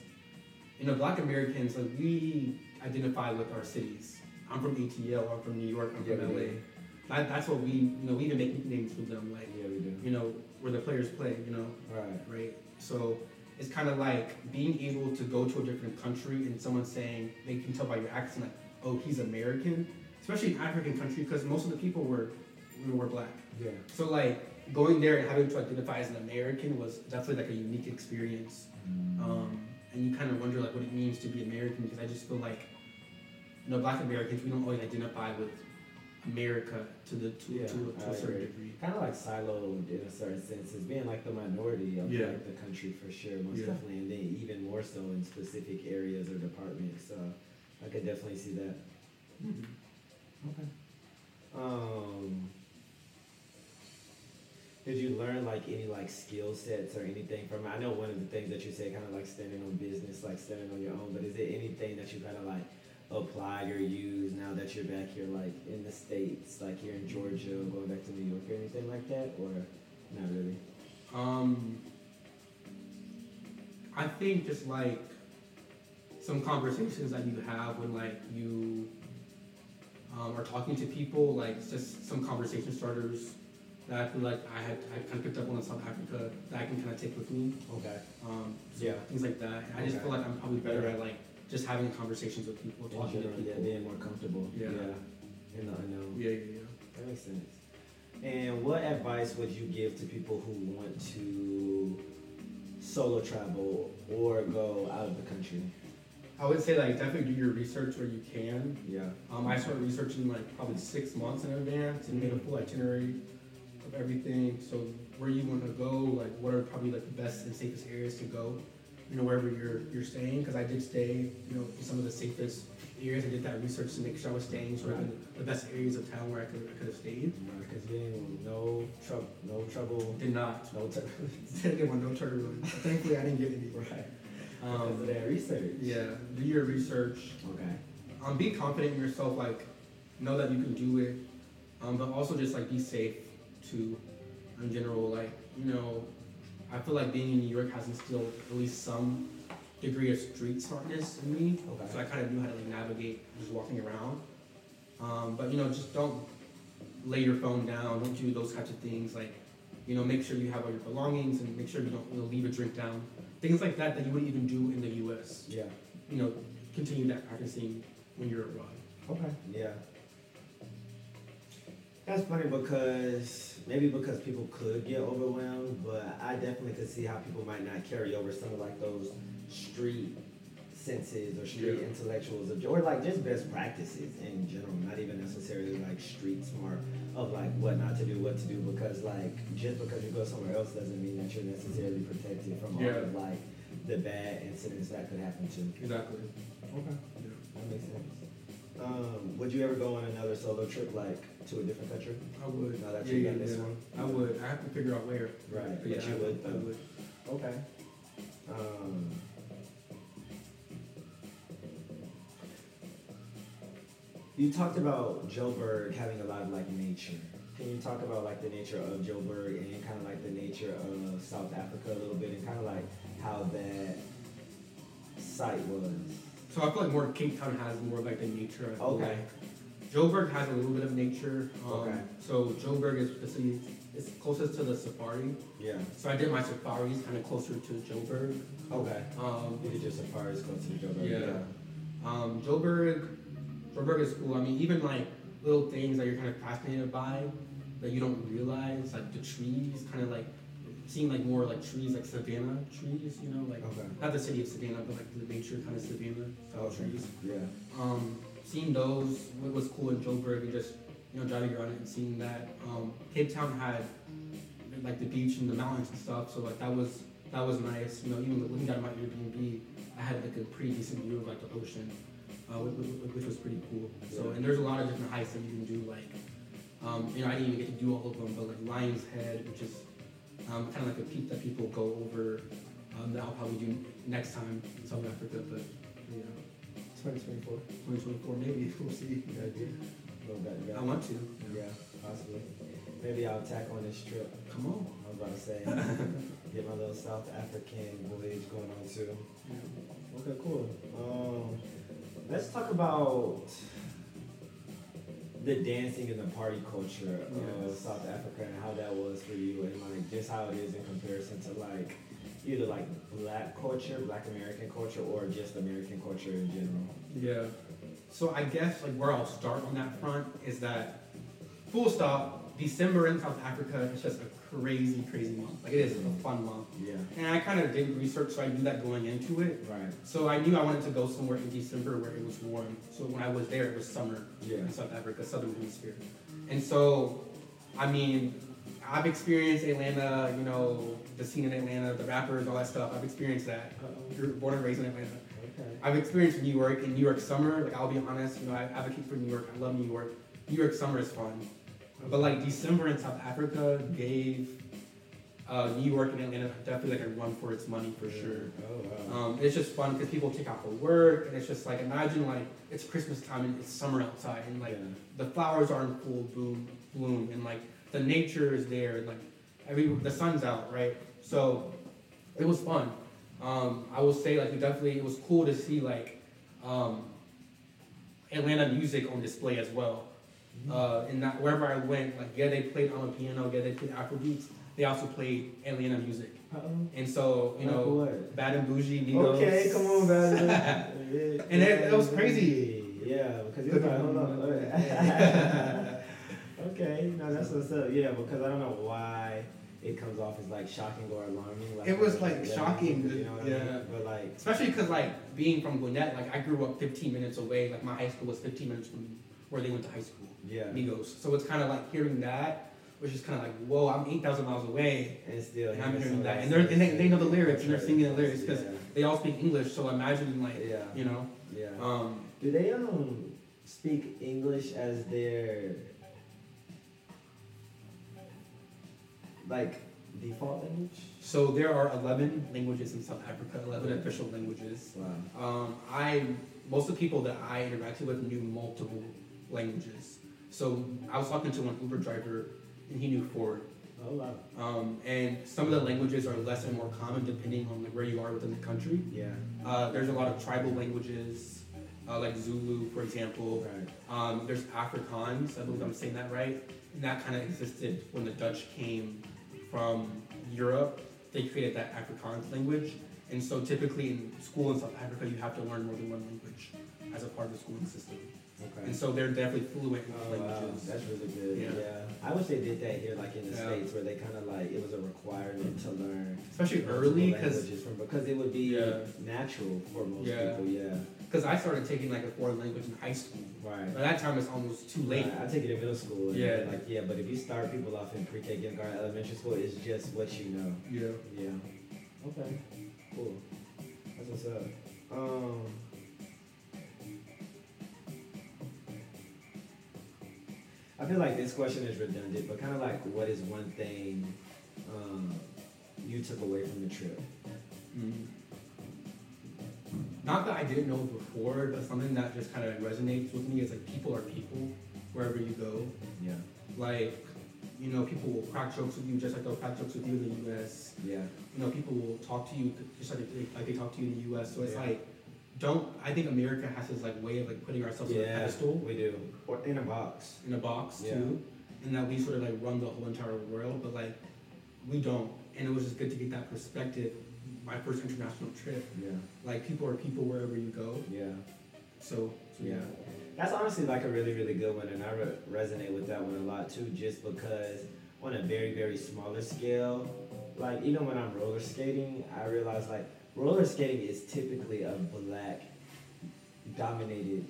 C: you know Black Americans like we identify with our cities. I'm from ATL. I'm from New York. I'm
B: Yeah,
C: from
B: we
C: LA.
B: do.
C: That, that's what we you know we even make nicknames for them like
B: Yeah, we do.
C: you know where the players play. You know
B: Right.
C: right. So it's kind of like being able to go to a different country and someone saying they can tell by your accent like oh he's American, especially in African country because most of the people were we were black.
B: Yeah.
C: So like going there and having to identify as an American was definitely like a unique experience.
B: Mm.
C: Um, and you kind of wonder like what it means to be American because I just feel like you know Black Americans we don't always identify with America to the to,
B: Yeah,
C: to, a- to
B: I
C: a certain
B: agree.
C: degree.
B: Kind of like siloed in a certain sense, as being like the minority of
C: Yeah.
B: like the country for sure, most
C: Yeah.
B: definitely, and then even more so in specific areas or departments. So I could definitely see that. Okay. Um, did you learn like any like skill sets or anything from? it? I know one of the things that you said, kind of like standing on business, like standing on your own. But is there anything that you kind of like applied or used now that you're back here, like in the states, like here in Georgia, going back to New York or anything like that, or not really?
C: Um, I think just like some conversations that you have when like you um, are talking to people, like it's just some conversation starters that I feel like I had I kind of picked up on in South Africa that I can kind of take with me.
B: Okay.
C: Um, so
B: Yeah.
C: things like that. I just
B: Okay.
C: feel like I'm probably better at like just having conversations with people,
B: In
C: talking to
B: general,
C: people.
B: yeah, being more comfortable.
C: Yeah.
B: In the unknown.
C: yeah, yeah. yeah.
B: That makes sense. And what advice would you give to people who want to solo travel or go out of the country?
C: I would say like definitely do your research where you can.
B: Yeah.
C: Um, I started researching like probably six months in advance and made a full itinerary of everything. So where you want to go, like what are probably like the best and safest areas to go, you know wherever you're you're staying. Because I did stay, you know, in some of the safest areas. I did that research to make sure I was staying sort of in the best areas of town where I could I could have stayed.
B: Because getting no trouble, no trouble,
C: Did not.
B: no trouble.
C: Didn't get my no turbulence. Thankfully, I didn't get any.
B: right. Because of
C: Um,
B: that research.
C: yeah, do your research.
B: Okay.
C: um, be confident in yourself. Like, know that you can do it. Um, but also just like be safe too. In general, like you know, I feel like being in New York has instilled at least some degree of street smartness in me.
B: Okay.
C: So I kind of knew how to like navigate just walking around. Um, but you know, just don't lay your phone down. Don't do those types of things. Like, you know, make sure you have all your belongings and make sure you don't you know, leave a drink down. Things like that that you wouldn't even do in the U.S
B: Yeah.
C: you know, continue that practicing when you're abroad.
B: Okay. Yeah. That's funny because maybe because people could get overwhelmed, but I definitely could see how people might not carry over some of like those street senses or street
C: Yeah.
B: intellectuals of, or like just best practices in general, not even necessarily like street smart of like what not to do, what to do, because like just because you go somewhere else doesn't mean that you're necessarily protected from all
C: Yeah.
B: of like the bad incidents that could happen to.
C: Exactly.
B: Okay. That makes sense. Um, would you ever go on another solo trip, like to a different country?
C: I would.
B: Now that
C: yeah,
B: you
C: yeah,
B: got this
C: yeah.
B: one.
C: I would. I have to figure out where.
B: Right,
C: But yeah,
B: but you
C: I
B: would,
C: I
B: though.
C: would.
B: Okay. Um, you talked about Joburg having a lot of like nature. Can you talk about like the nature of Joburg and kind of like the nature of South Africa a little bit and kind of like how that site was?
C: So I feel like more Cape Town has more of like the nature. I feel
B: Okay.
C: Like. Joburg has a little bit of nature. Um,
B: Okay.
C: So Joburg is the city. It's closest to the safari.
B: Yeah.
C: So I did my safaris kind of closer to Joburg.
B: Okay.
C: Um,
B: You did your safaris close to Joburg.
C: Yeah. Um, Joburg, Joburg is cool. I mean, even like little things that you're kind of fascinated by that you don't realize, like the trees, kind of like seeing like more like trees, like savannah trees, you know, like
B: Okay.
C: not the city of Savannah, but like the nature kind of savannah style
B: Okay.
C: trees.
B: Yeah.
C: Um, seeing those, what was cool in Joburg, and just you know driving around it and seeing that. Um, Cape Town had like the beach and the mountains and stuff, so like that was that was nice. You know, even looking down my Airbnb, I had like a pretty decent view of like the ocean, uh, which, which was pretty cool. So
B: Yeah.
C: and there's a lot of different hikes that you can do. Like, um, you know, I didn't even get to do all of them, but like Lion's Head, which is um, kind of like a peak that people go over. Um, that I'll probably do next time in South Africa, but you know.
B: 2024.
C: 2024, maybe. We'll see.
B: Maybe. Go back, yeah.
C: I want to.
B: Yeah, possibly. Maybe I'll tack on this trip.
C: Come on.
B: I was about to say, get my little South African voyage going on too. Okay, cool. Um, let's talk about the dancing and the party culture of
C: Yes.
B: South Africa and how that was for you, and like just how it is in comparison to like either like black culture, black American culture, or just American culture in general.
C: Yeah. So I guess like where I'll start on that front is that full stop, December in South Africa is just a crazy, crazy month. Like it is a fun month.
B: Yeah.
C: And I kind of did research, so I knew that going into it.
B: Right.
C: So I knew I wanted to go somewhere in December where it was warm. So when I was there, it was summer
B: Yeah.
C: in South Africa, Southern Hemisphere. And so, I mean, I've experienced Atlanta, you know, the scene in Atlanta, the rappers, all that stuff. I've experienced that. You're born and raised in Atlanta.
B: Okay.
C: I've experienced New York and New York summer. Like I'll be honest, you know, I advocate for New York. I love New York. New York summer is fun, but like December in South Africa gave uh, New York and Atlanta definitely like a run for its money for sure.
B: Oh wow.
C: Um, it's just fun because people take out for work, and it's just like imagine like it's Christmas time and it's summer outside, and like
B: Yeah.
C: the flowers are in full bloom, bloom, and like the nature is there, and like every the sun's out, right? So it was fun. Um, I will say like it definitely it was cool to see like um, Atlanta music on display as well.
B: Mm-hmm.
C: Uh, and that wherever I went, like yeah, they played on the piano, yeah, they played Afro beats. They also played Atlanta music,
B: Uh-oh.
C: and so you
B: Like
C: know.
B: what?
C: Bad and Bougie, Migos.
B: Okay, come on, man.
C: And that- that was crazy.
B: Yeah, because you're like, hold on. Okay, no, that's what's up. Yeah, because I don't know why it comes off as like shocking or alarming. Like,
C: It was, like,
B: that,
C: shocking,
B: You know what I
C: yeah.
B: mean? But like,
C: Especially because like being from Gwinnett, like I grew up 15 minutes away. Like my high school was 15 minutes from where they went to high school,
B: yeah,
C: Migos. So it's kind of like hearing that was just kind of like, whoa, I'm 8,000 miles away.
B: and still.
C: And
B: having
C: I'm hearing
B: some
C: that.
B: of
C: And they're- and they- they know the lyrics, and they're singing the lyrics,
B: Yeah,
C: 'cause- They all speak English, so imagine like,
B: yeah,
C: you know,
B: yeah.
C: um,
B: Do they um speak English as their like default language?
C: so there are 11 languages in South Africa, 11 official languages.
B: Wow.
C: Um, I most of the people that I interacted with knew multiple languages. So I was talking to one Uber driver, and he knew four.
B: Oh wow.
C: Um, and some of the languages are less and more common depending on like, where you are within the country.
B: Yeah.
C: Uh, there's a lot of tribal languages, uh, like Zulu, for example.
B: Right.
C: Um, there's Afrikaans, I believe I'm saying that right. And that kind of existed when the Dutch came from Europe. They created that Afrikaans language. And so typically in school in South Africa, you have to learn more than one language as a part of the schooling system.
B: Okay.
C: And so they're definitely fluent in
B: Oh,
C: the
B: wow.
C: languages.
B: That's really good. Yeah.
C: Yeah.
B: I wish they did that here, like in the
C: Yeah.
B: states, where they kind of like it was a requirement to learn
C: Especially
B: multiple
C: early, because
B: languages from because it would be
C: Yeah.
B: natural for most
C: Yeah.
B: people. Yeah.
C: Because I started taking like a foreign language in high school.
B: Right.
C: By that time, it's almost too late.
B: Right, I take it in middle school. And
C: Yeah.
B: Like yeah, but if you start people off in pre-K, kindergarten, elementary school, it's just what you know.
C: Yeah.
B: Yeah. Okay. Cool. That's what's up. Um. I feel like this question is redundant, but kind of like, what is one thing um, you took away from the trip?
C: Mhm. Not that I didn't know before, but something that just kind of resonates with me is like people are people wherever you go.
B: Yeah.
C: Like, you know, people will crack jokes with you just like they'll crack jokes with you in the U.S.
B: Yeah.
C: You know, people will talk to you just like they, like they talk to you in the U.S. So it's
B: Yeah.
C: like, don't. I think America has this like way of like putting ourselves on a pedestal.
B: We do. Or in a box.
C: in a box
B: Yeah.
C: too, and that we sort of like run the whole entire world, but like we don't. And it was just good to get that perspective. My first international trip,
B: Yeah.
C: like people are people wherever you go.
B: Yeah.
C: So, so
B: Yeah. That's honestly like a really, really good one, and I re- resonate with that one a lot too, just because on a very, very smaller scale, like even when I'm roller skating, I realize like roller skating is typically a black dominated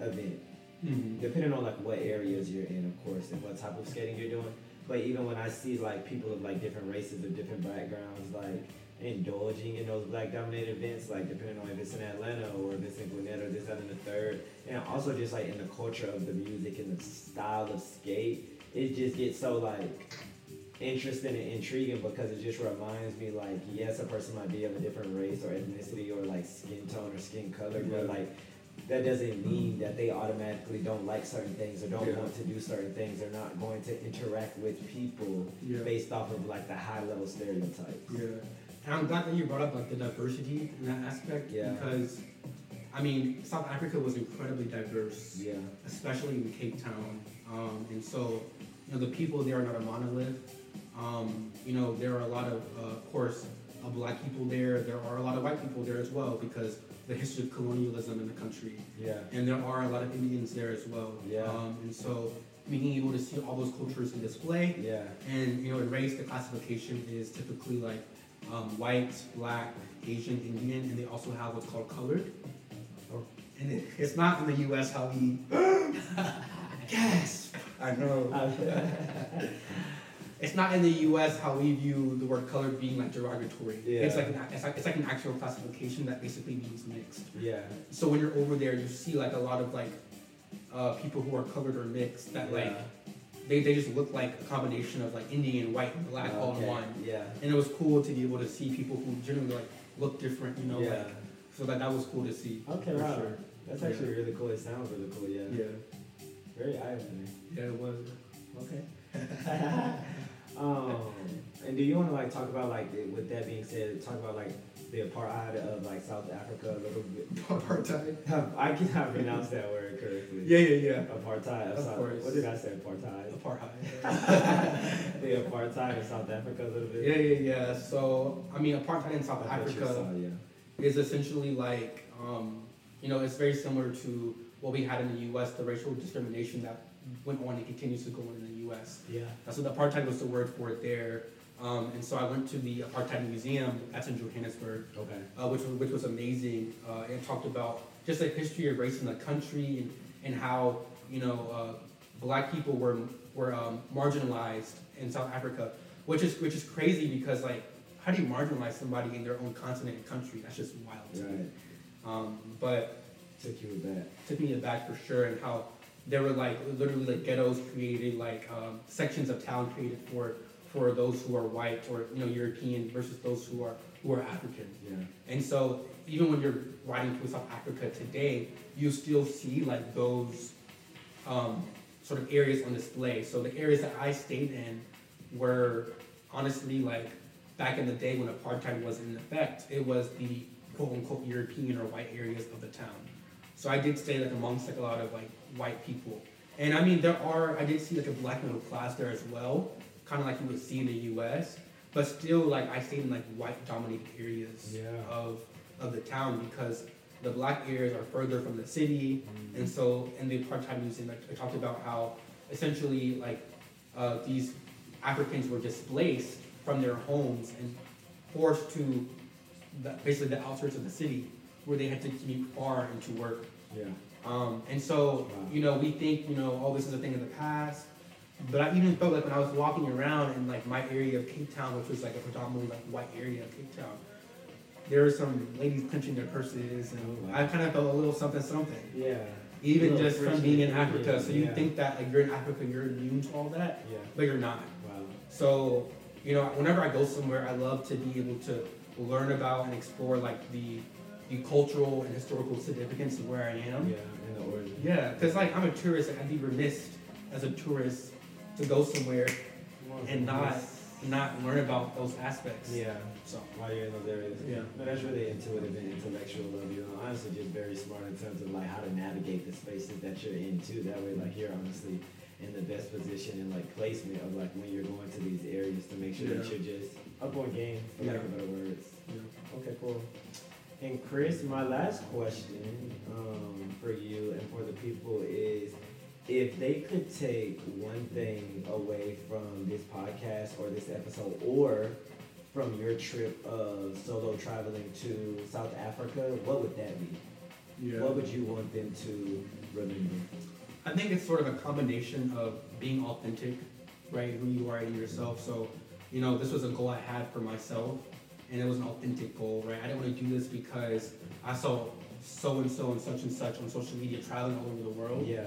B: event,
C: Mhm.
B: depending on like what areas you're in, of course, and what type of skating you're doing. But even when I see like people of like different races or different backgrounds, like indulging in those black dominated events, like depending on if it's in Atlanta or if it's in Gwinnett or this, that, and the third. And also just like in the culture of the music and the style of skate, it just gets so like interesting and intriguing because it just reminds me like, yes, a person might be of a different race or ethnicity or like skin tone or skin color, but
C: Yeah.
B: like that doesn't mean that they automatically don't like certain things or don't
C: Yeah.
B: want to do certain things. They're not going to interact with people
C: yeah, yeah.
B: based off of like the high level stereotypes.
C: And I'm glad that you brought up like the diversity in that aspect
B: Yeah.
C: because, I mean, South Africa was incredibly diverse.
B: Yeah.
C: especially in Cape Town. Um, and so, you know, the people there are not a monolith. Um, you know, there are a lot of, uh, of course, uh, black people there. There are a lot of white people there as well because the history of colonialism in the country.
B: Yeah.
C: And there are a lot of Indians there as well.
B: Yeah.
C: Um, and so, being able to see all those cultures in display,
B: Yeah.
C: and you know, in race, the classification is typically like um, white, black, Asian, Indian, and they also have what's called colored.
B: Oh.
C: And it, it's not in the U.S. how we. yes, I know. It's not in the U.S. how we view the word colored being like derogatory.
B: Yeah.
C: It's like an, it's like, it's like an actual classification that basically means mixed.
B: yeah.
C: So when you're over there, you see like a lot of like uh, people who are colored or mixed that like they, they just look like a combination of like Indian, white, and black all in
B: Okay.
C: one.
B: Yeah.
C: And it was cool to be able to see people who generally like look different, you know,
B: yeah.
C: like so that that was cool to see.
B: okay.
C: for
B: Wow.
C: sure.
B: That's
C: Yeah.
B: actually really cool. It sounds really cool. Yeah.
C: Yeah.
B: Very eye opening.
C: Yeah, it was.
B: Okay. um, and do you want to like talk about like the- with that being said, talk about like the apartheid of like South Africa a little bit?
C: Apartheid.
B: I cannot pronounce that word correctly.
C: Yeah, yeah, yeah.
B: Apartheid.
C: Of
B: South,
C: course.
B: What did I say? Apartheid.
C: Apartheid.
B: the apartheid of South Africa a little bit.
C: yeah, yeah, yeah. So I mean, apartheid in South
B: That's what you
C: Africa.
B: saw, yeah.
C: is essentially like, um, you know, it's very similar to what we had in the U.S. the racial discrimination that went on and continues to go on in the U.S.
B: Yeah.
C: That's what apartheid was the word for it there. Um, and so I went to the apartheid museum that's in Johannesburg,
B: Okay.
C: uh, which was, which was amazing. Uh, and talked about just the history of race in the country and, and how you know uh, black people were were um, marginalized in South Africa, which is which is crazy because like how do you marginalize somebody in their own continent and country? That's just wild. to me.
B: Right.
C: Um, but
B: Took you back.
C: took me aback for sure and how there were like literally like ghettos created like um, sections of town created for for those who are white or you know European versus those who are who are African
B: Yeah.
C: and so even when you're riding through South Africa today you still see like those um, sort of areas on display so the areas that I stayed in were honestly like back in the day when apartheid was in effect it was the quote unquote European or white areas of the town so I did stay like amongst like a lot of like white people, and I mean there are I did see like a black middle class there as well, kind of like you would see in the U.S. But still, like I stayed in like white dominated areas
B: Yeah.
C: of of the town because the black areas are further from the city, and so in the apartheid museum like, I talked about how essentially like uh, these Africans were displaced from their homes and forced to the, basically the outskirts of the city where they had to commute far into work.
B: Yeah.
C: Um, and so,
B: Wow.
C: you know, we think, you know, oh, this is a thing of the past. But I even felt like when I was walking around in like my area of Cape Town, which was like a predominantly like white area of Cape Town, there were some ladies clenching their purses, and
B: Oh, wow.
C: I kind of felt a little something, something.
B: Yeah.
C: Even
B: Little
C: just from
B: friction.
C: being in Africa, so you
B: Yeah.
C: think that like you're in Africa, you're immune to all that,
B: Yeah.
C: but you're not.
B: Wow.
C: So, you know, whenever I go somewhere, I love to be able to learn about and explore like the the cultural and historical significance of where I
B: Yeah.
C: am.
B: And the origin.
C: Yeah, because like I'm a tourist, like, I'd be remiss as a tourist to go somewhere and not not learn about those aspects.
B: Yeah.
C: So
B: While you're in those areas.
C: Yeah.
B: No, that's really intuitive and intellectual of you. And honestly, just very smart in terms of like how to navigate the spaces that you're in too. That way, like you're honestly in the best position and like placement of like when you're going to these areas to make sure that
C: Yeah.
B: you're just up on game, for lack of better words.
C: you know.
B: Okay, cool. And Chris, my last question um, for you and for the people is if they could take one thing away from this podcast or this episode or from your trip of solo traveling to South Africa, what would that be? What would you want them to remember?
C: I think it's sort of a combination of being authentic, right? Who you are in yourself. So, you know, this was a goal I had for myself, and it was an authentic goal, right? I didn't want to do this because I saw so and so and such and such on social media traveling all over the world.
B: Yeah,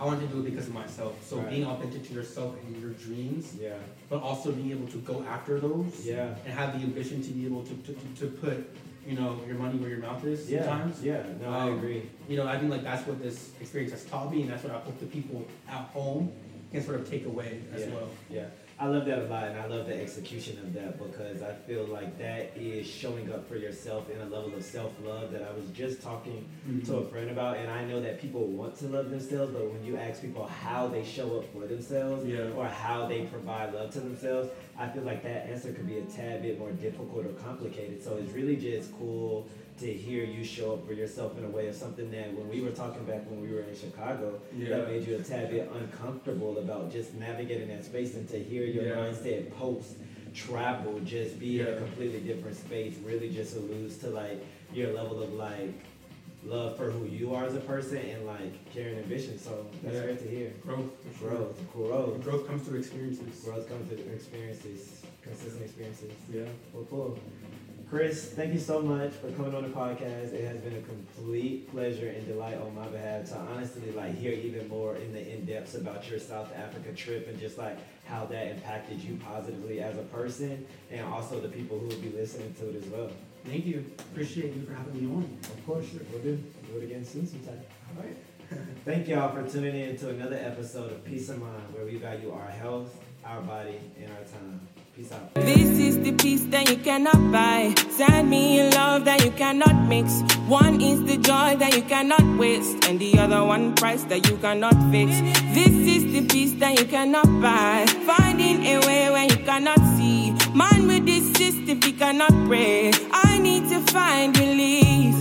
C: I wanted to do it because of myself. So,
B: Right.
C: being authentic to yourself and your dreams,
B: yeah,
C: but also being able to go after those
B: yeah,
C: and have the ambition to be able to, to, to, to put, you know, your money where your mouth is
B: yeah,
C: sometimes
B: yeah. No, I
C: Um,
B: agree.
C: you know, I think like that's what this experience has taught me, and that's what I hope the people at home can sort of take away as
B: Yeah.
C: well.
B: Yeah, I love that a lot, and I love the execution of that because I feel like that is showing up for yourself in a level of self love that I was just talking
C: Mm-hmm.
B: to a friend about. And I know that people want to love themselves, but when you ask people how they show up for themselves
C: Yeah.
B: or how they provide love to themselves, I feel like that answer could be a tad bit more difficult or complicated. So it's really just cool to hear you show up for yourself in a way of something that when we were talking back when we were in Chicago,
C: Yeah.
B: that made you a tad bit uncomfortable about just navigating that space and to hear your
C: Yeah.
B: mindset post travel just be in a
C: Yeah.
B: completely different space really just alludes to like your level of like love for who you are as a person and like caring and vision so that's
C: Yeah.
B: great to hear
C: Growth, for sure.
B: growth growth
C: Growth comes through experiences.
B: growth comes with experiences consistent experiences
C: Yeah.
B: well, cool. Chris, thank you so much for coming on the podcast. It has been a complete pleasure and delight on my behalf to honestly like hear even more in the in depths about your South Africa trip and just like how that impacted you positively as a person and also the people who will be listening to it as well.
C: Thank you. Appreciate you for having me on.
B: Of course, we'll do. We'll do it again soon sometime.
C: All right.
B: Thank y'all for tuning in to another episode of Peace of Mind where we value our health, our body, and our time. Peace out.
A: This is the peace that you cannot buy. Send me a love that you cannot mix. One is the joy that you cannot waste, and the other one price that you cannot fix. This is the peace that you cannot buy. Finding a way when you cannot see. Man with this system, he cannot pray. I need to find relief.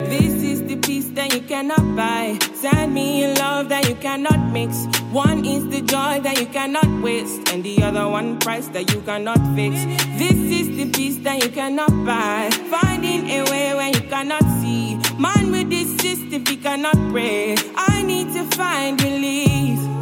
A: This is the peace that you cannot buy. Send me a love that you cannot mix. One is the joy that you cannot waste, and the other one price that you cannot fix. This is the peace that you cannot buy. Finding a way when you cannot see. Man with this system, he cannot pray. I need to find relief.